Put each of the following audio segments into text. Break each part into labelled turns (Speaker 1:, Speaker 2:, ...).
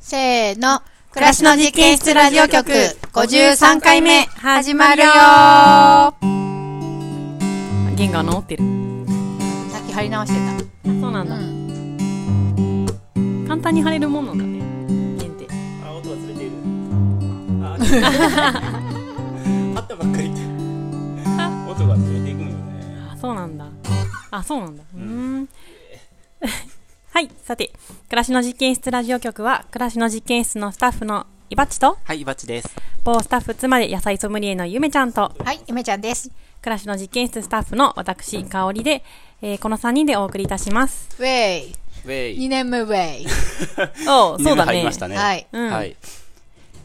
Speaker 1: せーの。
Speaker 2: 暮らしの実験室ラジオ局53回目始まるよ弦が治ってる
Speaker 1: さっき貼り直して
Speaker 2: そうな
Speaker 1: た。
Speaker 2: んだ、
Speaker 1: ん。
Speaker 2: 簡単に貼れるもんなんだね弦って
Speaker 3: あ、音忘れている。あ、あったばっかりって。音がずれていくんよね。
Speaker 2: あそうなんだあそうなんだうーん はいさて「暮らしの実験室ラジオ局は」暮らしの実験室のスタッフのいばっちと
Speaker 3: はい、バッチです。
Speaker 2: 某スタッフ妻で野菜ソムリエのゆめちゃんと
Speaker 1: はい、ゆめちゃんです。
Speaker 2: 暮らしの実験室スタッフの私香織で、えーこの3人でお送りいたします
Speaker 1: ウェイ。
Speaker 3: ウ
Speaker 1: 2
Speaker 3: ェイ。
Speaker 1: 年目ウェイ。
Speaker 2: おう
Speaker 3: 二年目
Speaker 2: そうだ
Speaker 3: 入
Speaker 2: ね
Speaker 3: りましたね。
Speaker 1: はい
Speaker 2: うん
Speaker 3: はい。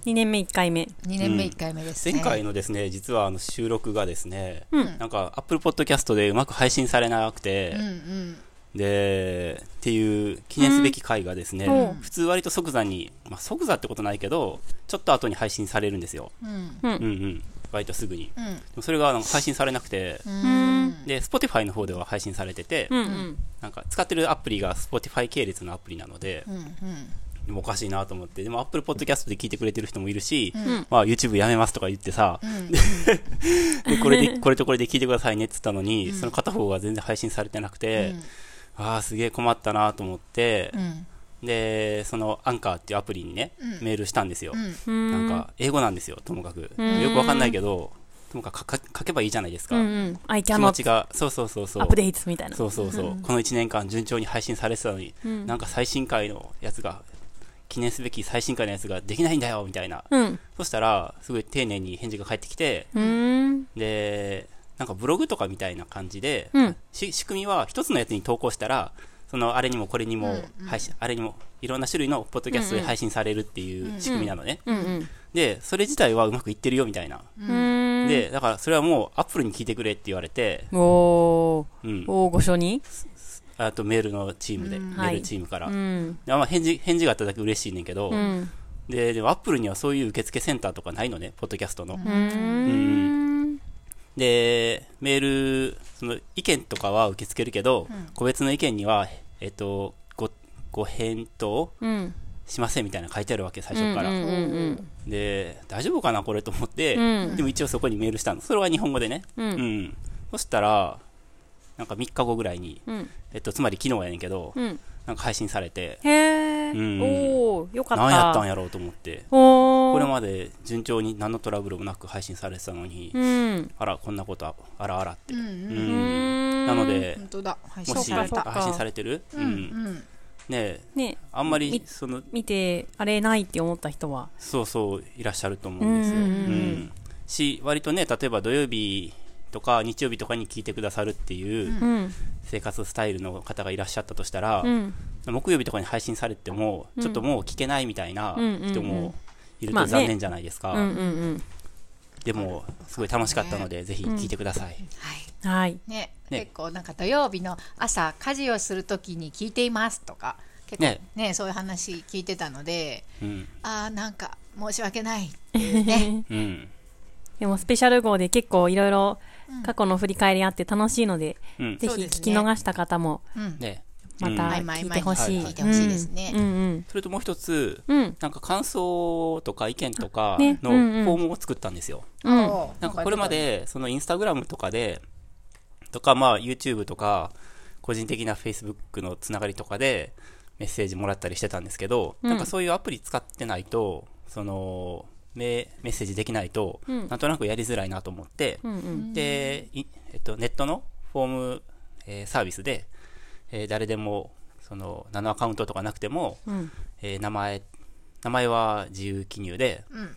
Speaker 2: 2年目1回目
Speaker 1: 2年目1回目ですね。
Speaker 3: 前回のですね、実はあの収録がですね、
Speaker 2: うん
Speaker 3: なんか Apple Podcast でうまく配信されなくて、
Speaker 1: うんうん。
Speaker 3: で、っていう記念すべき回がですね、
Speaker 2: うん
Speaker 3: 普通割と即座に、まあ、即座ってことないけど、ちょっと後に配信されるんですよ。
Speaker 1: うん。
Speaker 2: うん
Speaker 3: うんうん。割とすぐに。
Speaker 1: う
Speaker 3: で
Speaker 1: ん。
Speaker 3: もそれがあの配信されなくて、
Speaker 1: うん。
Speaker 3: で、Spotify の方では配信されてて、
Speaker 2: うんうん
Speaker 3: なんか使ってるアプリが Spotify 系列のアプリなので
Speaker 1: う、んうん。
Speaker 3: でもおかしいなと思って、でも Apple Podcast で聞いてくれてる人もいるし、
Speaker 2: ん
Speaker 3: まあ YouTube やめますとか言ってさ、
Speaker 1: ん
Speaker 3: でこれで、これとこれで聞いてくださいねって言ったのに、その片方が全然配信されてなくて、ああ、すげえ困ったなと思って
Speaker 1: う、ん。
Speaker 3: で、そのアンカーっていうアプリにね、メールしたんですよ。
Speaker 2: う
Speaker 3: なん
Speaker 2: ん
Speaker 3: か、英語なんですよ、ともかく。
Speaker 2: ん
Speaker 3: よくわかんないけど、ともかく書か書けばいいじゃないですか。
Speaker 2: うんうん。アイキャ
Speaker 3: 気
Speaker 2: ノ
Speaker 3: 持
Speaker 2: ア
Speaker 3: ちが、そうそうそうそう。
Speaker 2: ップデートみたいな。
Speaker 3: そうそうそう、この1年間順調に配信されてたのに、なんか最新回のやつが記念すべき最新回のやつができないんだよみたいな、
Speaker 2: うん。
Speaker 3: そしたらすごい丁寧に返事が返ってきて
Speaker 2: うーん。
Speaker 3: でなんかブログとかみたいな感じで、
Speaker 2: うん
Speaker 3: し仕組みは一つのやつに投稿したらそのあれにもこれにも配信、あれにもいろんな種類のポッドキャストで配信されるっていう仕組みなのね、
Speaker 2: うんうん。
Speaker 3: でそれ自体はうまくいってるよみたいな、
Speaker 2: うーん。
Speaker 3: でだからそれはもうアップルに聞いてくれって言われて、
Speaker 2: おー。
Speaker 3: うん、
Speaker 2: 大御所に
Speaker 3: あとメールのチームで、メ
Speaker 2: は
Speaker 3: ー
Speaker 2: い
Speaker 3: ルチームから、
Speaker 2: うん。
Speaker 3: あまあ、返事返事があっただけ嬉しいねんけど、
Speaker 2: うん。
Speaker 3: ででもアップルにはそういう受付センターとかないのね、ポッドキャストの。
Speaker 2: うーん。
Speaker 3: で、メール、その意見とかは受け付けるけど、個別の意見には、えっと、ごご返答
Speaker 2: うん。
Speaker 3: しませんみたいなの書いてあるわけ、最初から。
Speaker 2: うんうん
Speaker 3: で、大丈夫かな、これと思って、
Speaker 2: うん
Speaker 3: でも一応そこにメールしたの、それは日本語でね。
Speaker 2: うん。う
Speaker 3: うん
Speaker 2: ん。
Speaker 3: そしたら、なんか3日後ぐらいに、
Speaker 2: うん。
Speaker 3: えっと、つまり昨日やねんけど、
Speaker 2: うん。
Speaker 3: なんか配信されて、
Speaker 2: へえ。
Speaker 3: うん
Speaker 2: おー。よかった。
Speaker 3: 何やったんやろうと思って。
Speaker 2: おー。
Speaker 3: これまで順調に何のトラブルもなく配信されてたのに、
Speaker 2: うん。
Speaker 3: あら、こんなことああらあらって。
Speaker 1: う
Speaker 3: うん
Speaker 1: ん。
Speaker 2: うーん。
Speaker 3: なの、で
Speaker 1: 本、当だ。配信
Speaker 3: もし
Speaker 1: さ
Speaker 3: あ
Speaker 1: れた。
Speaker 3: 配信されてる、うん
Speaker 1: うん。
Speaker 3: ねえ
Speaker 2: ね、
Speaker 3: あんまり
Speaker 2: み
Speaker 3: その
Speaker 2: 見て、あれないって思った人は。
Speaker 3: そうそういらっしゃると思うんですよ。
Speaker 2: う
Speaker 3: うん
Speaker 2: う
Speaker 3: ん
Speaker 2: んうん
Speaker 3: し、割とね、例えば土曜日とか日曜日とかに聞いてくださるっていう
Speaker 2: うん。
Speaker 3: 生活スタイルの方がいらっしゃったとしたら、
Speaker 2: うん。
Speaker 3: 木曜日とかに配信されても、ちょっともう聞けないみたいな人もいる
Speaker 2: まあ
Speaker 3: と
Speaker 2: ね
Speaker 3: 残念じゃないですか。
Speaker 2: うんうん
Speaker 3: でも、すごい楽しかったので、ぜひ聞いてください。
Speaker 1: はい。
Speaker 2: うん。はい。
Speaker 1: ね、
Speaker 3: ね
Speaker 1: 結構なんか土曜日の朝家事をするときに聞いていますとか結構ね
Speaker 3: ね
Speaker 1: そういう話聞いてたので
Speaker 3: うん
Speaker 1: ああなんか申し訳 ないっていうね
Speaker 3: うん
Speaker 2: でもスペシャル号で結構いろいろ過去の振り返りあって楽しいので、
Speaker 3: うん
Speaker 2: ぜひ
Speaker 1: そうですね
Speaker 2: 聞き逃した方も
Speaker 1: うん
Speaker 3: ね
Speaker 2: ま
Speaker 3: うん
Speaker 2: た
Speaker 1: 毎毎
Speaker 2: 聞いてほしい。
Speaker 3: 毎毎聞い
Speaker 1: てほしいですね
Speaker 2: うんうん
Speaker 3: それともう一つ、
Speaker 2: うん。うん。
Speaker 3: なんか感想とか意見とか
Speaker 2: ね
Speaker 3: の
Speaker 2: う
Speaker 3: フ
Speaker 2: んうん
Speaker 3: ォームを作ったんですよ。
Speaker 2: うん。
Speaker 1: おー
Speaker 3: なんかこれまで、そのインスタグラムとかで、とかまあ YouTube とか、個人的な Facebook のつながりとかでメッセージもらったりしてたんですけど、
Speaker 2: うん
Speaker 3: なんかそういうアプリ使ってないと、その、メメッセージできないと、
Speaker 2: うん
Speaker 3: なんとなくやりづらいなと思って、
Speaker 2: うんうん。
Speaker 3: で、いえっと、ネットのフォーム、えーサービスで、えー誰でも、その、ナノアカウントとかなくても、
Speaker 2: うん。
Speaker 3: えー名前、名前は自由記入で、
Speaker 1: うんうん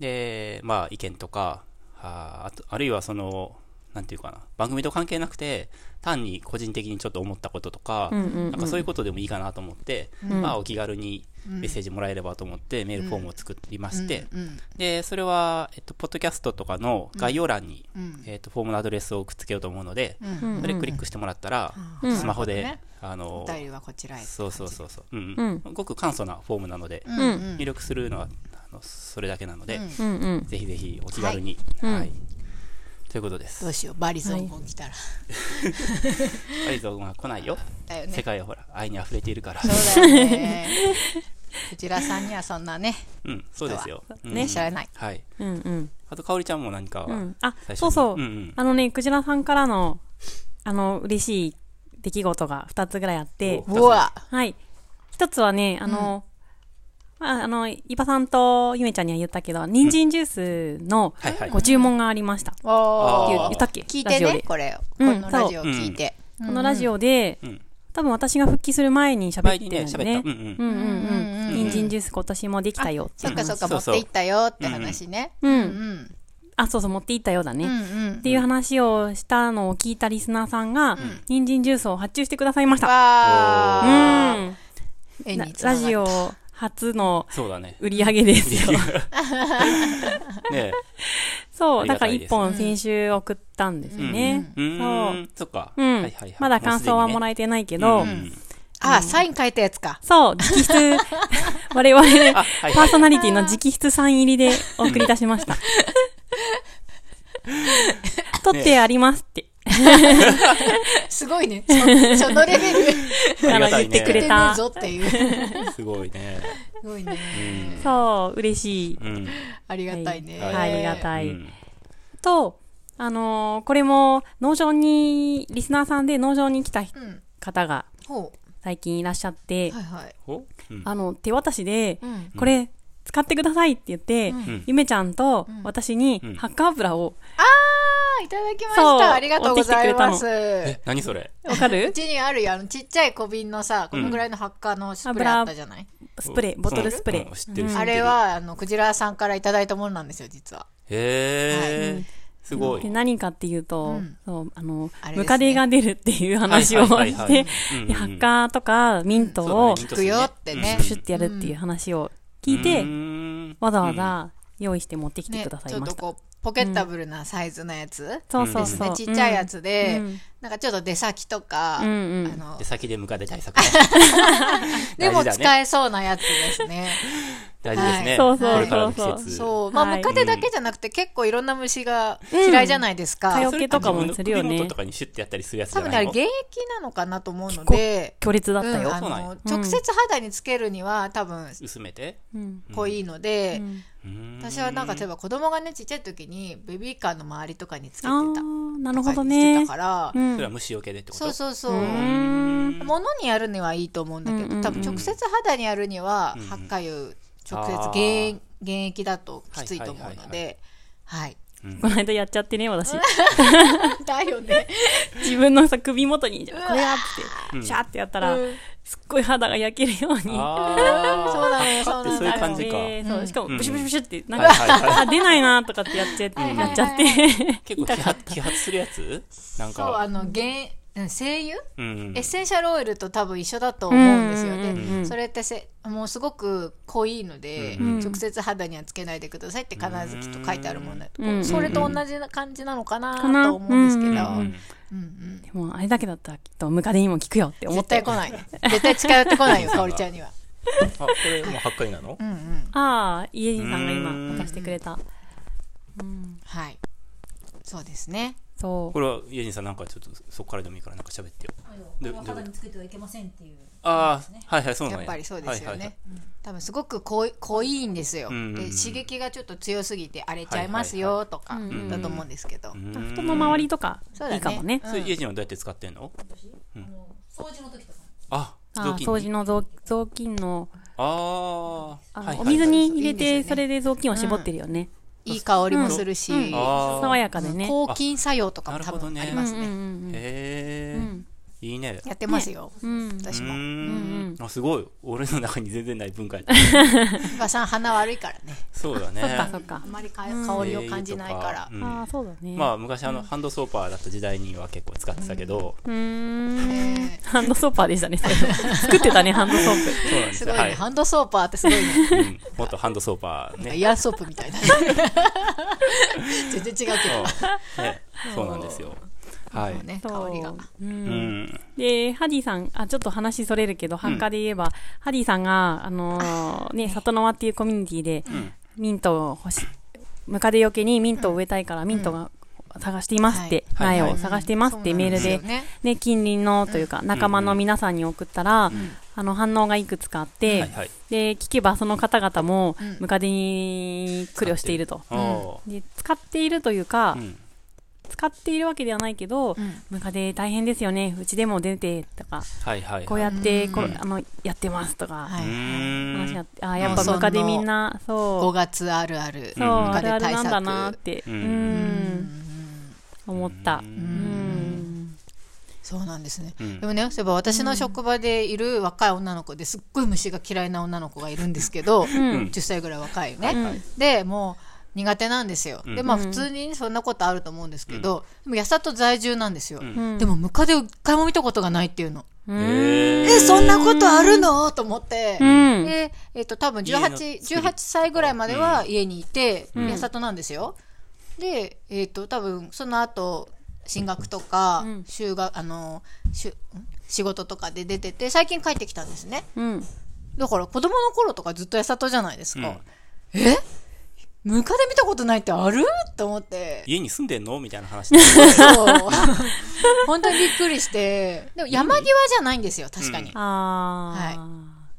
Speaker 3: で、まあ、意見とか、あーあとあるいはその、なんていうかな、番組と関係なくて、単に個人的にちょっと思ったこととか、
Speaker 2: うんうんうん
Speaker 3: なんかそういうことでもいいかなと思って、まあ、お気軽にメッセージもらえればと思って、メールフォームを作りまして、
Speaker 1: うん
Speaker 3: で、それは、えっと、ポッドキャストとかの概要欄に、
Speaker 1: ん
Speaker 3: えっと、フォームのアドレスをくっつけようと思うので、
Speaker 2: うん
Speaker 3: それクリックしてもらったら、
Speaker 2: うん
Speaker 3: スマホで、
Speaker 1: なる
Speaker 3: あの
Speaker 1: お、便りはこちらへ
Speaker 3: そうそうそうそう、うん
Speaker 2: う
Speaker 3: うんん、ごく簡素なフォームなので、
Speaker 1: うんうん
Speaker 3: 入力するのはあのそれだけなので、
Speaker 2: うんうん。
Speaker 3: ぜひぜひお気軽に、
Speaker 2: は
Speaker 3: はいい
Speaker 2: うん
Speaker 3: ということです
Speaker 1: どうしようバリゾンゴン来たら、
Speaker 3: アイゾンは来ないよ
Speaker 1: だよね
Speaker 3: 世界はほら愛に溢れているから
Speaker 1: そうだよね藤原さんにはそんなね、
Speaker 3: うん、そうですよ。うん
Speaker 1: ね、知らない。
Speaker 3: はい。
Speaker 2: うんうん
Speaker 3: あと、かおりちゃんも何か、
Speaker 2: うんあ
Speaker 3: 最初に
Speaker 2: そうそう、
Speaker 3: うんうん
Speaker 2: あのねクジラさんからのあの嬉しい出来事が2つぐらいあって
Speaker 3: お
Speaker 1: うわ、
Speaker 2: はい一つはねあの、まあ、あの伊庭さんとゆめちゃんには言ったけど人参ジュースの
Speaker 3: はいはい。
Speaker 2: ご注文がありました、
Speaker 1: おー
Speaker 3: あ
Speaker 2: 言
Speaker 3: ー
Speaker 2: 言ったっけ
Speaker 1: 聞い
Speaker 2: ラ
Speaker 1: て
Speaker 2: ジオ
Speaker 1: ね
Speaker 2: で、
Speaker 1: これ、
Speaker 2: うん
Speaker 1: このラジオを聞いて。
Speaker 2: このラジオで、
Speaker 3: うん
Speaker 2: 多分私が復帰する前に喋
Speaker 3: 前
Speaker 2: って
Speaker 3: に
Speaker 2: る
Speaker 3: ね、
Speaker 2: んだよ
Speaker 3: 喋
Speaker 2: ね
Speaker 3: った。うんうん。
Speaker 2: うんうん
Speaker 1: うん
Speaker 2: う
Speaker 1: うんん
Speaker 2: 人参ジュース今年もできたよっ
Speaker 1: そ
Speaker 2: ていう
Speaker 1: っか
Speaker 2: 話
Speaker 1: そっか、
Speaker 3: そ
Speaker 1: 持
Speaker 3: う
Speaker 1: っ
Speaker 3: そう
Speaker 1: ていったよって話ね。
Speaker 2: うん
Speaker 1: う、ん。
Speaker 2: あそうそう持っていったようだね、
Speaker 1: う
Speaker 2: っ
Speaker 1: んうん。
Speaker 2: ていう話をしたのを聞いたリスナーさんが、人参ジュースを発注してくださいました、
Speaker 1: わ
Speaker 2: う
Speaker 1: ー。
Speaker 2: ん、
Speaker 1: 絵
Speaker 2: ラ
Speaker 1: につな
Speaker 2: ラ
Speaker 1: がった
Speaker 2: ジオ初の
Speaker 3: そうだね。
Speaker 2: 売り上げですよ
Speaker 3: ね
Speaker 2: そう
Speaker 3: あり
Speaker 2: だ
Speaker 3: が
Speaker 2: か
Speaker 3: た
Speaker 2: ら
Speaker 3: いです
Speaker 2: 1本先週送ったんですよね、
Speaker 3: うーん。そっか。
Speaker 2: うん
Speaker 3: はいはいはい
Speaker 2: まだ感想はもら
Speaker 3: え
Speaker 2: えてないけど、
Speaker 1: あ、サイン書いたやつか。
Speaker 2: そう、直筆、我々ね、
Speaker 3: あ、はい
Speaker 2: パ
Speaker 3: は
Speaker 2: ー
Speaker 3: い。
Speaker 2: ソナリティの直筆サイン入りでお送り出しました。取ってありますって、
Speaker 1: すごいね。そそのレベル
Speaker 3: ありがたい
Speaker 2: 言っ
Speaker 1: 出て
Speaker 2: てくれ
Speaker 1: ね
Speaker 3: ね。
Speaker 2: た
Speaker 1: えぞっていう。 す
Speaker 3: すごいね。
Speaker 1: ごいね。
Speaker 2: そう、嬉しい。
Speaker 3: うん。
Speaker 1: ありがたいね。
Speaker 2: はいありがたい。
Speaker 3: うん
Speaker 2: と、あのーこれも、農場に、リスナーさんで農場に来た
Speaker 1: うん。
Speaker 2: 方が
Speaker 1: ほ
Speaker 2: 最近いらっしゃって
Speaker 1: う。、はいはい。
Speaker 3: ほうん
Speaker 2: あの、手渡しで、
Speaker 1: うん。
Speaker 2: これ、使ってくださいって言って、
Speaker 3: ん
Speaker 2: ゆめちゃんと私に
Speaker 3: うん
Speaker 2: ハッカ油を、
Speaker 1: あ、いただきまし
Speaker 2: そう
Speaker 1: た。ありがとうございま
Speaker 2: 持ってき
Speaker 1: す。
Speaker 2: てく
Speaker 3: え
Speaker 1: う
Speaker 3: 何それ
Speaker 2: わかる
Speaker 1: ちにあるよ。あの、ちっちゃい小瓶のさ、このぐらいの発火のスプレーあったじゃない、
Speaker 2: スプレー、ボトルスプレ
Speaker 3: う
Speaker 2: ー
Speaker 3: ん。知ってる知ってる
Speaker 1: あれは、あの、クジラさんからいただいたものなんですよ、実は。
Speaker 3: へ
Speaker 2: は
Speaker 3: えすごい
Speaker 2: で何かっていうと、
Speaker 1: うん
Speaker 2: そうあの
Speaker 1: あれですね
Speaker 2: ムカデが出るっていう話をして、
Speaker 3: はいはいはいはいうんうんうん
Speaker 2: でハッカーとかミントを
Speaker 3: そうだね
Speaker 1: 聞くよってね
Speaker 3: う
Speaker 2: プ
Speaker 3: ん
Speaker 2: シュってやるっていう話を聞いて、
Speaker 3: うん
Speaker 2: わざわざ用意して持ってきて
Speaker 1: ね
Speaker 2: くだ、さ
Speaker 1: ち
Speaker 2: い
Speaker 1: ょっ
Speaker 2: ま
Speaker 1: と
Speaker 2: した、
Speaker 1: こう、ポケッタブルなサイズのやつ、
Speaker 2: そうそうそう、
Speaker 1: ね、ちっちゃいや
Speaker 2: つ
Speaker 1: つで、
Speaker 2: うん
Speaker 1: なんかちょっと出先とか、
Speaker 2: うんうん
Speaker 1: あの
Speaker 3: で、先でムカデ 対策ね
Speaker 1: でも
Speaker 3: 大事だね
Speaker 1: 使えそうなやつですね。
Speaker 3: 大事ですね
Speaker 2: そうそうそうそう
Speaker 3: これからの季節
Speaker 1: そう。まあ、
Speaker 2: はい
Speaker 1: ムカデだけじゃなくて、結構いろんな虫が嫌いじゃないですか。
Speaker 2: うん蚊よ
Speaker 3: それ
Speaker 2: とかもするよね
Speaker 3: 自分の首元とかにシュッてやったりするやつじ
Speaker 1: 多
Speaker 3: ゃ
Speaker 1: 分ね、あれ、
Speaker 3: ないの
Speaker 1: 現
Speaker 3: ね
Speaker 1: 役なのかなと思うので、
Speaker 2: 強烈だった
Speaker 1: うん、
Speaker 2: よ、
Speaker 1: あ
Speaker 3: そうなんや
Speaker 1: の、直接肌につけるには多分、
Speaker 3: 薄めて
Speaker 2: うん
Speaker 1: 濃いので、
Speaker 3: うん
Speaker 1: 私はなんか、例えば子供がね、ちっちゃい時に、ベビーカーの周りとかにつけてた。
Speaker 2: あーなるほど
Speaker 1: とか
Speaker 2: ね
Speaker 1: にしてたから、
Speaker 2: う
Speaker 3: そ
Speaker 2: ん
Speaker 3: れは虫除けでってこと
Speaker 1: そうそうそう。
Speaker 3: うん
Speaker 1: 物にやるにはいいと思うんだけど、
Speaker 2: うんうんうん
Speaker 1: 多分直接肌にやるには、発火油、直接
Speaker 3: あー
Speaker 1: 原因原液だときついと思うので、はい。
Speaker 2: この間やっちゃってね私
Speaker 1: だよね。
Speaker 2: 自分のさ首元にじゃあこれやってシャーってやったら、
Speaker 1: うん
Speaker 2: すっごい肌が焼けるように
Speaker 3: あー
Speaker 1: そうなのよそうなのよ
Speaker 3: そういう感じか
Speaker 2: えーそうしかも
Speaker 3: うん
Speaker 2: ブシュブシュブシュってなん
Speaker 3: はい
Speaker 2: か
Speaker 3: はいは
Speaker 2: あ出ないなとかってやっちゃってやっちゃって
Speaker 3: い結構揮発揮発するやつなん
Speaker 1: そう、あ
Speaker 3: か
Speaker 1: の、原、うん精油
Speaker 3: うん
Speaker 1: エッセンシャルオイルと多分一緒だと思うんですよ
Speaker 2: うんうんうんう
Speaker 1: ね。
Speaker 2: ん
Speaker 1: それってせ、もうすごく濃いので、
Speaker 3: うん
Speaker 1: 直接肌にはつけないでくださいって必ずきっと書いてあるものだと、
Speaker 2: うんうん
Speaker 1: それと同じな感じなのかな
Speaker 2: かな
Speaker 1: と思うんですけど、う
Speaker 2: うんん
Speaker 1: う
Speaker 2: うん
Speaker 1: ん
Speaker 2: でもあれだけだったらきっとムカデにも効くよって思っ
Speaker 1: 絶
Speaker 2: て
Speaker 1: 対来ない。絶対近寄ってこない よ、かおりちゃんには。
Speaker 3: あこれもう八回なの
Speaker 1: うんうん。
Speaker 2: ああ家人さんが今
Speaker 3: うん
Speaker 2: 渡してくれた
Speaker 1: はい。そうですね。
Speaker 2: そ
Speaker 3: これはユージンさんなんかちょっとそこからでもいいからなんか喋ってよ
Speaker 4: こ
Speaker 3: で
Speaker 4: れは肌につけてはいけませんっていう。
Speaker 3: ああはいはいそうなん
Speaker 1: やっ
Speaker 3: や
Speaker 1: ぱりそうですよ
Speaker 3: はいはいは
Speaker 1: ね
Speaker 3: い。
Speaker 1: 多分すごく濃い濃いんですよ、
Speaker 3: うんうんう
Speaker 1: で。
Speaker 3: ん
Speaker 1: 刺激がちょっと強すぎて荒れちゃいますよとか
Speaker 2: はいはいはい
Speaker 1: だと思うんですけど。
Speaker 3: う
Speaker 2: う
Speaker 3: ーん
Speaker 2: 人の周りとか
Speaker 1: そうだ
Speaker 2: いいかもね
Speaker 3: それユージンはどうやって使ってんの
Speaker 4: 私、あの掃除の時とか。
Speaker 3: あ
Speaker 2: あ
Speaker 3: 雑
Speaker 2: あ
Speaker 3: 巾
Speaker 2: 掃除の雑雑巾のあ
Speaker 3: あーはい
Speaker 2: の
Speaker 3: は
Speaker 2: お
Speaker 3: い
Speaker 2: 水に入れ
Speaker 1: いいで
Speaker 2: て
Speaker 1: す
Speaker 2: そ
Speaker 1: よね
Speaker 2: れで雑巾を絞ってるよね
Speaker 1: いい香りもするし、
Speaker 2: うんうん
Speaker 3: あー
Speaker 2: 爽やかでね
Speaker 1: 抗菌作用とかも多
Speaker 3: あ
Speaker 1: 分
Speaker 3: な
Speaker 1: あ
Speaker 3: る
Speaker 1: り
Speaker 3: ほどね
Speaker 1: ますね。
Speaker 2: うんうん
Speaker 3: へえ、いいね
Speaker 1: やってますよ、
Speaker 2: うんうん
Speaker 1: 私
Speaker 3: うー
Speaker 1: も。
Speaker 3: んあすごい俺の中に全然ない文化やった
Speaker 1: おばさん鼻悪いからね。
Speaker 3: そうだね
Speaker 2: そっかそっか
Speaker 1: あんまりか香りを感じないから。
Speaker 3: うん
Speaker 2: ああそうだね
Speaker 3: まあ昔あのハンドソーパーだった時代には結構使ってたけど、
Speaker 2: うーん
Speaker 1: ね
Speaker 2: ハンドソーパーでしたねそれ作ってたねハンドソー
Speaker 3: そうなんで
Speaker 1: です
Speaker 3: す
Speaker 1: ご
Speaker 3: よ
Speaker 1: いね、
Speaker 3: はい、
Speaker 1: ハンドソーパーって すごいね。
Speaker 3: うん、もっとハンドソーパ ーね
Speaker 1: イヤーソープみたいな。全然違うけ
Speaker 3: そうねそうなんですよ
Speaker 1: ど。
Speaker 3: はい
Speaker 1: もうね、
Speaker 2: プ
Speaker 1: 香りが
Speaker 2: そ。ううん
Speaker 3: うん
Speaker 2: で、ハディさん、あ、ちょっと話それるけど、ハッカーで言えば、ハディさんが、あのーね、里の輪っていうコミュニティで、ミントを欲し、ムカデよけにミントを植えたいから、ミントが探していますって、
Speaker 3: うんはい
Speaker 2: 苗
Speaker 3: はい
Speaker 2: を探していますってメール
Speaker 1: そう
Speaker 2: で
Speaker 1: なん、すよね
Speaker 2: ね、近隣のというか、仲間の皆さんに送ったら、あの反応がいくつかあって、
Speaker 3: はいはい。
Speaker 2: で聞けばその方々も
Speaker 1: うん
Speaker 2: ムカデに苦慮していると。
Speaker 3: おお
Speaker 2: で使っているというか、
Speaker 3: ー。うん。
Speaker 2: 使っているわけではないけど、
Speaker 1: うん
Speaker 2: ムカデ大変ですよねうちでも出てとか
Speaker 3: はいはい
Speaker 2: こう
Speaker 3: はい。
Speaker 2: やってこう、
Speaker 3: うん
Speaker 2: あのやってますとか、
Speaker 1: は
Speaker 3: う
Speaker 1: い
Speaker 3: ー
Speaker 2: 話があ
Speaker 3: ん。
Speaker 2: ってあやっぱムカデみんな
Speaker 1: 5
Speaker 2: そう
Speaker 1: 月あるある
Speaker 2: そう、
Speaker 3: うん
Speaker 2: あるあるなんだなって
Speaker 3: う
Speaker 2: うんん、思った
Speaker 3: う
Speaker 1: うん
Speaker 2: ん
Speaker 1: んそうなんですね
Speaker 3: うん
Speaker 1: でもね、そういえば私の職場でいる若い女の子ですっごい虫が嫌いな女の子がいるんですけど、
Speaker 2: ん
Speaker 1: 10歳ぐらい若いよね、
Speaker 2: はいはい
Speaker 1: でもう苦手なんですよ、
Speaker 3: うん
Speaker 1: でまあ普通にそんなことあると思うんですけど、でも八里在住なんですよ、
Speaker 3: うん
Speaker 2: うん
Speaker 1: でもムカデを一回も見たことがないっていうの、
Speaker 2: うん
Speaker 3: え
Speaker 1: えそんなことあるのと思って、
Speaker 2: うん
Speaker 1: で、えっと多分
Speaker 3: 家の作り
Speaker 1: 18 18歳ぐらいまでは家にいて、八里なんですよ。で、えっと多分その後進学とか、
Speaker 2: うん
Speaker 1: 就学あのしゅん仕事とかで出てて最近帰ってきたんですね。
Speaker 2: うん
Speaker 1: だから子供の頃とかずっと八里じゃないです
Speaker 3: う
Speaker 1: か
Speaker 3: ん。
Speaker 1: えムカデ見たことないってあると思って。
Speaker 3: 家に住んでんのみたいな話です。
Speaker 1: そう本当にびっくりして。でも山際じゃないんですよ、確かに。
Speaker 2: あ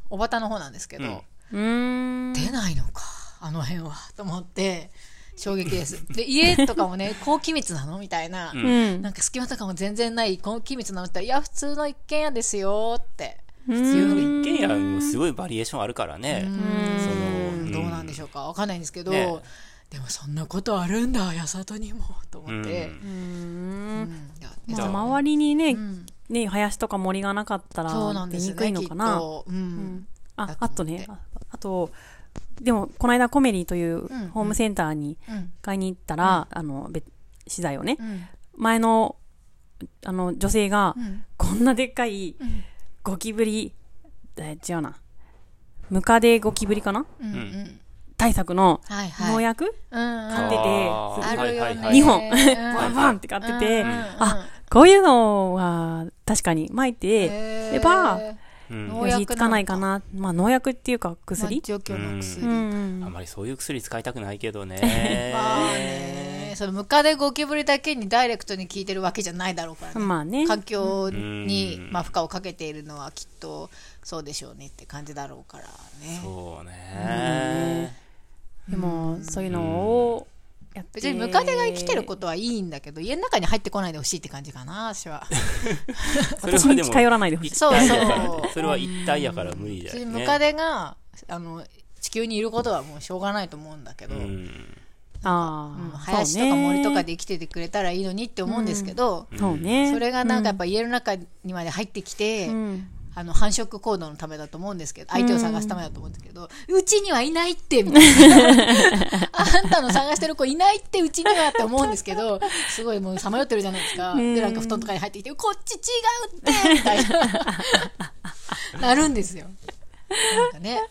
Speaker 1: おばたの方なんですけど。
Speaker 3: うん
Speaker 2: ーうーん
Speaker 1: 出ないのかあの辺はと思って衝撃 ですで家とかもね高機密なのみたいな、
Speaker 2: うん
Speaker 1: なんか隙間とかも全然ない高機密なのって言ったらいや普通の一軒家ですよって
Speaker 2: 普
Speaker 3: 一軒家もすごいバリエーションあるからね。その
Speaker 1: どうなんでしょうかわかんないんですけど、
Speaker 3: ね
Speaker 1: でもそんなことあるんだ八里にもと思って、
Speaker 3: うん
Speaker 1: うんいや
Speaker 2: ま
Speaker 1: じ
Speaker 2: あ
Speaker 1: ゃあ
Speaker 2: 周りにね、
Speaker 1: うん
Speaker 2: ね林とか森がなかったら
Speaker 1: そうなんです
Speaker 2: 出に
Speaker 1: よ
Speaker 2: く
Speaker 1: ね
Speaker 2: いの
Speaker 1: きっ
Speaker 2: かな。
Speaker 1: と、うん
Speaker 2: うん
Speaker 1: だ
Speaker 2: あ
Speaker 1: と
Speaker 2: あと
Speaker 1: 思って
Speaker 2: ねああとでもこの間コメリーとい
Speaker 1: ん
Speaker 2: うホームセンターに
Speaker 1: うん
Speaker 2: 買いに行ったら、あの別資材をね、
Speaker 1: うん
Speaker 2: 前のあの女性が、
Speaker 1: うん
Speaker 2: こんなでっかいゴキブリ、え違うなムカデゴキブリかな
Speaker 1: うんうん
Speaker 2: 対策の
Speaker 1: はいはい
Speaker 2: 農薬、
Speaker 1: うんうん
Speaker 2: 買ってて
Speaker 3: あー
Speaker 1: あるよ
Speaker 3: はいはい
Speaker 1: ね
Speaker 3: はい
Speaker 2: 二本
Speaker 1: うん
Speaker 2: バンバンって買ってて、
Speaker 1: うんうんうん
Speaker 2: あこういうのは確かに撒いて
Speaker 1: へー
Speaker 2: れば
Speaker 3: うん
Speaker 1: 農薬
Speaker 2: よじつかないかなまあ農薬っていうか
Speaker 1: ま
Speaker 2: 薬
Speaker 1: あ、状況の薬、
Speaker 2: う
Speaker 1: ま
Speaker 2: んうん
Speaker 3: あまりそういう薬使いたくないけ どね。
Speaker 1: あねそのムカデゴキブリだけにダイレクトに効いてるわけじゃないだろうからね、
Speaker 2: まあね
Speaker 1: 環境に
Speaker 3: うん
Speaker 1: まあ負荷をかけているのはきっとそうでしょうねって感じだろうからね
Speaker 3: そうね。
Speaker 2: でもそういうのをやって
Speaker 1: 別にムカデが生きてることはいいんだけど家の中に入ってこないでほしいって感じかな私は
Speaker 3: それは
Speaker 2: 私に近寄らないでほしい
Speaker 3: 一体やからね
Speaker 1: そうそう
Speaker 3: それは一体やから無理だ
Speaker 1: 別
Speaker 3: よ
Speaker 1: に
Speaker 3: ね。
Speaker 1: ムカデがあの地球にいることはもうしょうがないと思うんだけど、
Speaker 3: うん
Speaker 2: あ
Speaker 1: うん
Speaker 2: あ
Speaker 1: 林とか森とかで生きててくれたらいいのにって思うんですけど、
Speaker 2: そうね
Speaker 1: それがなんかやっ
Speaker 2: ぱ
Speaker 1: ぱ家の中にまで入ってきて、
Speaker 2: うん
Speaker 1: あの繁殖行動のためだと思うんですけど相手を探すためだと思うんですけど、うちにはいないってみたい なあんたの探してる子いないってうちにはって思うんですけどすごいもうさまよってるじゃないですか、
Speaker 2: ん
Speaker 1: でなんか布団とかに入ってきてこっち違うってみたいななるんですよなんかね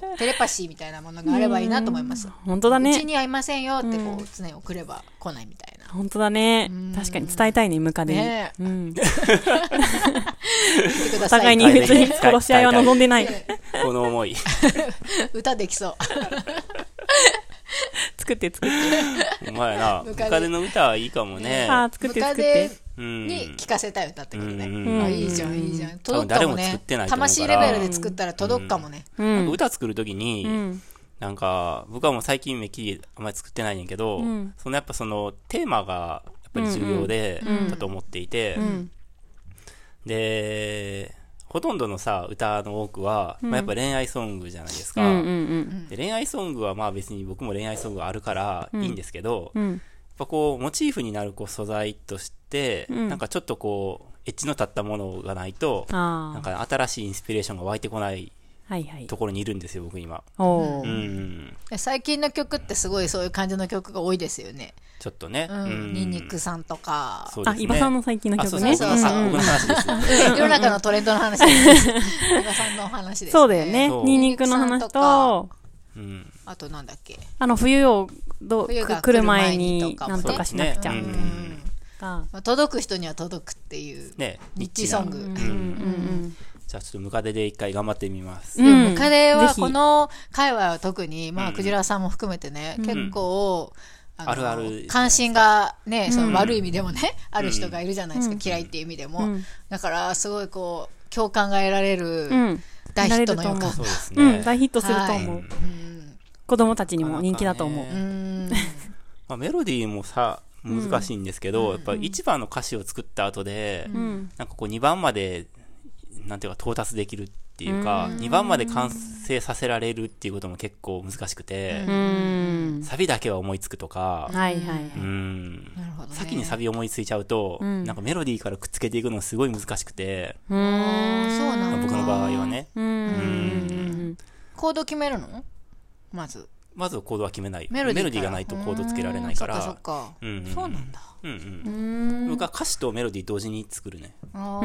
Speaker 1: こうテレパシーみたいなものがあればいいなと思います、
Speaker 2: 本当だ
Speaker 1: うち
Speaker 2: ね
Speaker 1: にはいませんよってこう常に送れば来ないみたいな
Speaker 2: 本当だね確かに伝えたいねムカデに
Speaker 1: ね
Speaker 2: うん
Speaker 1: 言ってく
Speaker 2: お
Speaker 1: ださい
Speaker 2: 互いに別に殺し合いは望んでない
Speaker 3: この思い。
Speaker 1: 歌できそう
Speaker 2: 作って作って
Speaker 3: お前な、ム
Speaker 1: ムカデ
Speaker 3: カデの歌はいいかもね。
Speaker 2: ああ作って
Speaker 1: ムカ
Speaker 2: 作っ
Speaker 1: デ
Speaker 2: て
Speaker 3: うん
Speaker 1: に聞かせたい歌ってことね、
Speaker 3: うんうん
Speaker 1: あいいじゃんいいじゃん
Speaker 3: 多
Speaker 1: 届
Speaker 3: 分
Speaker 1: く
Speaker 3: 誰
Speaker 1: か
Speaker 3: も
Speaker 1: も
Speaker 3: 作っ
Speaker 1: ね
Speaker 3: てないと思うから
Speaker 1: 魂レベルで作ったら届くかもね、
Speaker 2: う
Speaker 3: なん
Speaker 2: ん
Speaker 3: か歌作るときに、
Speaker 2: うん
Speaker 3: なんか、僕はもう最近めっきりあんまり作ってないねんけど、
Speaker 2: うん
Speaker 3: そのやっぱそのテーマがやっぱり重要で、だと思っていて、
Speaker 2: うん
Speaker 3: で、ほとんどのさ、歌の多くは、まあ、やっぱ恋愛ソングじゃないです
Speaker 2: う
Speaker 3: か、
Speaker 2: んうん
Speaker 3: で。恋愛ソングはまあ別に僕も恋愛ソングあるからいいんですけど、
Speaker 2: う
Speaker 3: やっ
Speaker 2: ん
Speaker 3: ぱこう、モチーフになるこう素材として、
Speaker 2: うん
Speaker 3: なんかちょっとこう、エッジの立ったものがないと、
Speaker 2: あ
Speaker 3: なん
Speaker 2: あ
Speaker 3: か新しいインスピレーションが湧いてこない
Speaker 2: はいはい
Speaker 3: ところにいるんですよ、僕今。
Speaker 2: おお
Speaker 3: うん。
Speaker 1: 最近の曲ってすごいそういう感じの曲が多いですよね
Speaker 3: ちょっとね。
Speaker 1: うん、ニンニクさんとか
Speaker 3: そうで
Speaker 2: あ
Speaker 3: すね。
Speaker 2: 伊庭さんの最近の
Speaker 3: あ、そう
Speaker 2: 曲
Speaker 3: そう
Speaker 2: ね
Speaker 3: そう
Speaker 1: う。ん
Speaker 3: あ僕の話です。
Speaker 1: 世の中のトレンドの 話です皆さんのお話です、ね、
Speaker 2: そうだよね
Speaker 3: そう
Speaker 2: ニンニクの話と
Speaker 3: うん。
Speaker 1: あとなんだっけ
Speaker 2: あの冬をどう
Speaker 1: 冬が
Speaker 2: 来る前
Speaker 1: 来る
Speaker 2: に
Speaker 1: 前にとかもね
Speaker 2: なんとかしなくちゃ
Speaker 3: そう
Speaker 2: み
Speaker 3: です
Speaker 2: た
Speaker 3: ね
Speaker 2: いな
Speaker 3: うんうん
Speaker 2: が
Speaker 1: まあ、届く人には届くっていう
Speaker 3: ね、
Speaker 1: ニッチソング、
Speaker 3: ニ
Speaker 2: うんうん
Speaker 3: ッチなじゃあちょっとムカデで一回頑張ってみます。
Speaker 2: うん
Speaker 1: でもムカデ
Speaker 2: ぜ
Speaker 1: は
Speaker 2: ひ
Speaker 1: この界隈は特に、まあ、クジラさんも含めてね、結構、の
Speaker 3: あるある
Speaker 1: 関心がね、その悪い意味でもね、ある人がいるじゃないですか、嫌いっていう意味でも、
Speaker 2: うん
Speaker 1: だからすごいこう共感が得られる
Speaker 2: うん。
Speaker 1: 大ヒットの予
Speaker 2: 得られ
Speaker 1: 感
Speaker 2: ると
Speaker 3: そうです
Speaker 2: う
Speaker 3: ね。
Speaker 2: ん、大ヒットすると思う。
Speaker 3: うん
Speaker 1: うん
Speaker 2: 子供たちにも人気だと思う。
Speaker 1: うーん
Speaker 3: まあ、メロディーもさ、難しいんですけど、やっぱ1番の歌詞を作った後で、
Speaker 2: うん。
Speaker 3: なんかこう2番まで、なんていうか到達できるっていうか、2番まで完成させられるっていうことも結構難しくて、
Speaker 2: うん。
Speaker 3: サビだけは思いつくとか、
Speaker 2: はいはい。
Speaker 3: うん。
Speaker 1: なるほどね
Speaker 3: 先にサビ思いついちゃうと、
Speaker 2: うん
Speaker 3: なんかメロディーからくっつけていくのすごい難しくて、
Speaker 2: うーん。
Speaker 1: そうな
Speaker 3: まあ
Speaker 1: んだ
Speaker 3: 僕の場合はね、
Speaker 2: うーん。
Speaker 1: コード決めるのまず
Speaker 3: まずコードは決めない。
Speaker 1: メ
Speaker 3: メ
Speaker 1: ロ
Speaker 3: ロ
Speaker 1: デ
Speaker 3: デ
Speaker 1: ィーから
Speaker 3: ィーがないとコードつけられないから。
Speaker 1: うーんそっかそっか、
Speaker 3: うん
Speaker 1: そうなんだ
Speaker 3: うん
Speaker 2: う
Speaker 3: うん。
Speaker 2: ん。
Speaker 3: 僕は歌詞とメロディー同時に作るね。
Speaker 1: あー
Speaker 2: う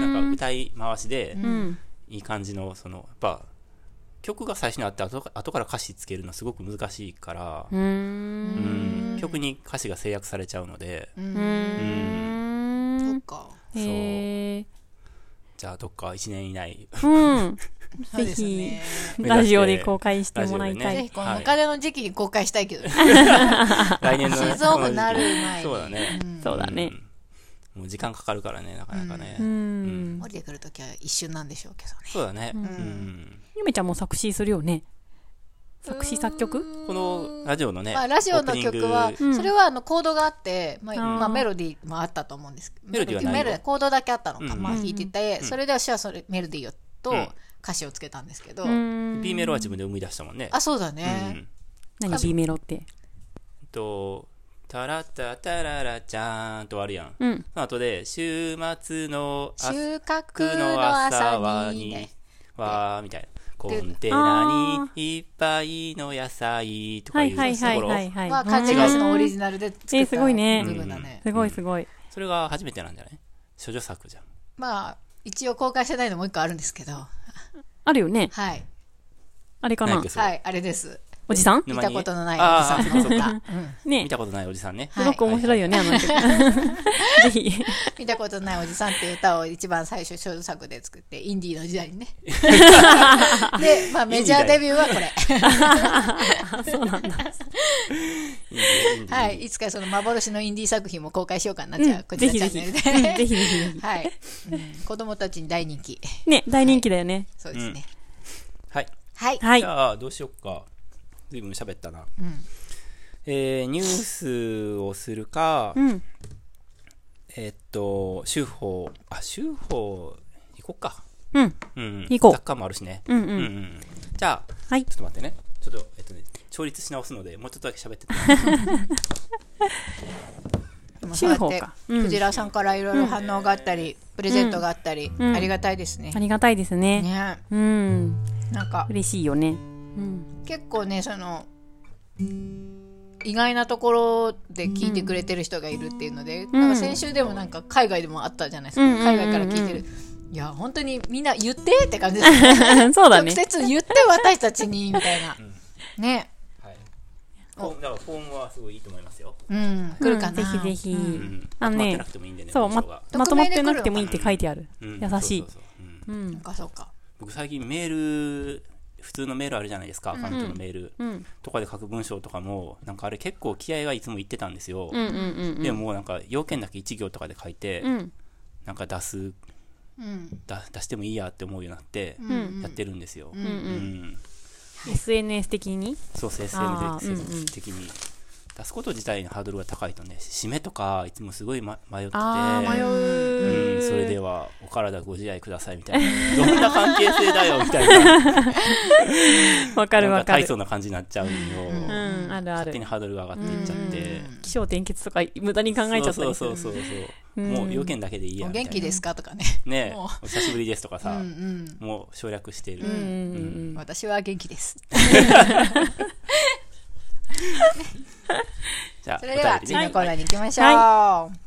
Speaker 3: なんか
Speaker 2: ん。
Speaker 3: 歌い回しで、
Speaker 2: うん。
Speaker 3: いい感じの、その、やっぱ、曲が最初にあって、後か後から歌詞つけるのすごく難しいから、
Speaker 2: うーん。
Speaker 3: うん曲に歌詞が制約されちゃうので、
Speaker 1: うん
Speaker 2: うー
Speaker 1: そっ
Speaker 2: ん。
Speaker 1: か
Speaker 2: へえ。
Speaker 3: じゃあどっか1年 以内、
Speaker 2: うん。
Speaker 1: そうですね
Speaker 2: ラジオで公開してもらいた
Speaker 3: ラジ
Speaker 1: ぜ
Speaker 2: い
Speaker 3: オでね。
Speaker 1: ひこの
Speaker 3: はい
Speaker 1: ムカデの時期に公開したいけど、ね
Speaker 3: 来年の
Speaker 1: シ
Speaker 3: ね
Speaker 1: ーズンオフになる前に
Speaker 3: そうだね。
Speaker 2: そうだね。
Speaker 3: もう時間かかるからね、なかなかね。
Speaker 2: うん。
Speaker 1: 降りてくるときは一瞬なんでしょうけどね
Speaker 3: そうだね。うん。
Speaker 2: ゆめちゃんも作詞するよね。作詞作曲
Speaker 3: このラジオのね、
Speaker 1: まあ、ラジオの曲は
Speaker 3: オープニング、
Speaker 1: それはあのコードがあって、まあ、
Speaker 2: うん
Speaker 1: まあメロディーもあったと思うんですけど、
Speaker 3: メロディーはないよ
Speaker 1: メロディーコードだけあったのか、
Speaker 3: うん
Speaker 1: まあ弾いてて、
Speaker 3: うん
Speaker 1: それで私はそれメロディーをと
Speaker 3: うん
Speaker 1: 歌詞をつけたんですけど、
Speaker 2: うん。
Speaker 3: B メロは自分で生み出したもんね。
Speaker 1: あ、そうだ
Speaker 3: うん。
Speaker 1: ね。
Speaker 2: 何 B メロって。
Speaker 3: えっと、タラッタタララちゃーんとあるやん。
Speaker 2: うん。
Speaker 3: その後で、週末の朝
Speaker 1: 収穫の
Speaker 3: の朝
Speaker 1: 朝
Speaker 3: は
Speaker 1: に、
Speaker 3: に
Speaker 1: ね、、
Speaker 3: はみたいな。コンテ
Speaker 2: あ
Speaker 3: ナにいっぱいの野菜とか
Speaker 2: は
Speaker 3: いう
Speaker 2: いはい
Speaker 3: と
Speaker 2: は
Speaker 3: こ
Speaker 2: い
Speaker 3: ろ、
Speaker 2: はいはい。
Speaker 1: はカンジガスのオリジナルで作
Speaker 2: え
Speaker 1: っ
Speaker 2: ー
Speaker 1: た
Speaker 2: す
Speaker 1: 部
Speaker 2: ごいね
Speaker 1: 分だね。
Speaker 2: すごいすごい。
Speaker 3: それが初めてなんじゃない処女作じゃん。
Speaker 1: まあ、一応公開してないのもう一個あるんですけど、
Speaker 2: あるよね。
Speaker 1: はい。
Speaker 2: あれか
Speaker 3: ない
Speaker 2: な
Speaker 3: っけ。それ
Speaker 1: はい、あれです。
Speaker 2: おじさん
Speaker 1: 見
Speaker 3: 沼
Speaker 1: た
Speaker 3: に
Speaker 1: ことのない
Speaker 3: あ
Speaker 1: おじ
Speaker 3: ー
Speaker 1: さんの
Speaker 3: そっ
Speaker 1: 歌
Speaker 3: か。
Speaker 1: うん
Speaker 2: ね
Speaker 3: 見。たことないおじさんね。
Speaker 1: は
Speaker 2: すごく面白いよね、あの曲。ぜひ。
Speaker 1: 見たことないおじさんっていう歌を一番最初、小作で作って、インディーの時代にね。で、まあメジャーデビューはこれ。
Speaker 3: いいねいいね
Speaker 1: はい。いつかその幻のインディー作品も公開しようかな、じゃあ、こち
Speaker 2: ぜ
Speaker 1: ら
Speaker 2: ひ
Speaker 1: チャ
Speaker 2: ぜ
Speaker 1: ンネ
Speaker 2: ひ。う
Speaker 1: ル
Speaker 2: ん
Speaker 1: で。
Speaker 2: ぜひぜひぜひ。
Speaker 1: はい、うん子供たちに大人気。
Speaker 2: ね、大人気だよね。
Speaker 1: そうですね。
Speaker 3: はい。
Speaker 1: はい。
Speaker 2: はい
Speaker 3: じ。ゃあ、どうしよっか。ずいぶん喋ったな。えーニュースをするか、
Speaker 2: うん。
Speaker 3: えーっと、週報、あ、週報、行こっか。
Speaker 2: うん。
Speaker 3: うんん。
Speaker 2: 行こう
Speaker 3: 雑貨もあるしね。
Speaker 2: うんう。
Speaker 3: うんうんん。じゃあ、
Speaker 2: はい
Speaker 3: ちょっと待ってね。ちょっと、えっとね、調律し直すので、もうちょっとだけ 喋ってて。
Speaker 1: でも
Speaker 2: 週
Speaker 1: そうやっ
Speaker 2: 報
Speaker 1: て
Speaker 2: か、うん
Speaker 1: クジラさんからいろいろ反応があったり、プレゼントがあったり、
Speaker 2: うん
Speaker 1: ありがたいですね
Speaker 2: あ。りがたいですね。
Speaker 1: ね
Speaker 2: うん。
Speaker 1: なんか、
Speaker 2: 嬉しいよね。うん。
Speaker 1: 結構ねその意外なところで聞いてくれてる人がいるっていうので、なんか先週でもなんか海外でもあったじゃないですか、
Speaker 2: うんうんうんうん
Speaker 1: 海外から聞いてるいや本当にみんな言ってって感じですね
Speaker 2: そうだ
Speaker 1: 直
Speaker 2: ね。
Speaker 1: 接言って私たちにみたいなね
Speaker 3: はい。こうだから、フォームはすごいいいと思いますよ。
Speaker 1: うん来るかな、
Speaker 2: ぜひぜひ
Speaker 3: う。ん。
Speaker 2: あの
Speaker 3: まとまっ
Speaker 2: ね
Speaker 3: てなく、てもいいんでね。
Speaker 2: そう、
Speaker 3: 文章
Speaker 2: ま
Speaker 3: が、
Speaker 2: まとまってなくてもいいって書いてある。
Speaker 3: う
Speaker 2: 優
Speaker 3: ん
Speaker 2: しい
Speaker 3: そうそうそううん
Speaker 2: うん
Speaker 1: なん。かそうか
Speaker 3: 僕、最近メール、普通のメールあるじゃないですか、アカウントのメール
Speaker 2: うん。
Speaker 3: とかで書く文章とかも、なんかあれ結構気合がいつも言ってたんですよ。
Speaker 2: うんうんうん
Speaker 3: でももうなんか要件だけ1行とかで書いて、
Speaker 2: うん。
Speaker 3: なんか出す
Speaker 1: うん
Speaker 3: だ出してもいいやって思うようになって
Speaker 1: うんうん
Speaker 3: やってるんですよ、
Speaker 1: う
Speaker 3: うん
Speaker 1: う
Speaker 2: う
Speaker 3: ん
Speaker 2: んん。SNS 的に
Speaker 3: そうそう
Speaker 2: あー
Speaker 3: SNS
Speaker 2: うんうん
Speaker 3: 的に出すこと自体のハードルが高いとね締めとかいつもすごい、ま、迷ってて
Speaker 2: ああ、迷
Speaker 3: うん、
Speaker 2: う。
Speaker 3: それではお体ご自愛くださいみたいなどんな関係性だよみたいな
Speaker 2: わかる
Speaker 3: な
Speaker 2: わ
Speaker 3: ん
Speaker 2: か
Speaker 3: か大
Speaker 2: る。
Speaker 3: 層な感じになっちゃうのを、
Speaker 2: うん、あるあ
Speaker 3: 勝手
Speaker 2: る
Speaker 3: に。ハードルが上がっていっちゃって
Speaker 2: 気象転結とか無駄に考えちゃった
Speaker 3: そう
Speaker 2: りす
Speaker 3: そ
Speaker 2: る。
Speaker 3: うそうそうそう
Speaker 2: うん
Speaker 3: もう要件だけでいいや
Speaker 1: お
Speaker 3: みたい
Speaker 1: 元
Speaker 3: な
Speaker 1: 気ですかとかね
Speaker 3: ね
Speaker 1: も
Speaker 3: お久しぶりですとか
Speaker 1: う
Speaker 3: さ、
Speaker 1: ん
Speaker 3: もう省略してる、
Speaker 2: うんうん
Speaker 1: うん私は元気です
Speaker 3: じゃあ
Speaker 1: それでは
Speaker 3: お便り
Speaker 1: 次
Speaker 3: ね
Speaker 1: のコーナーに行きましょう、
Speaker 2: はい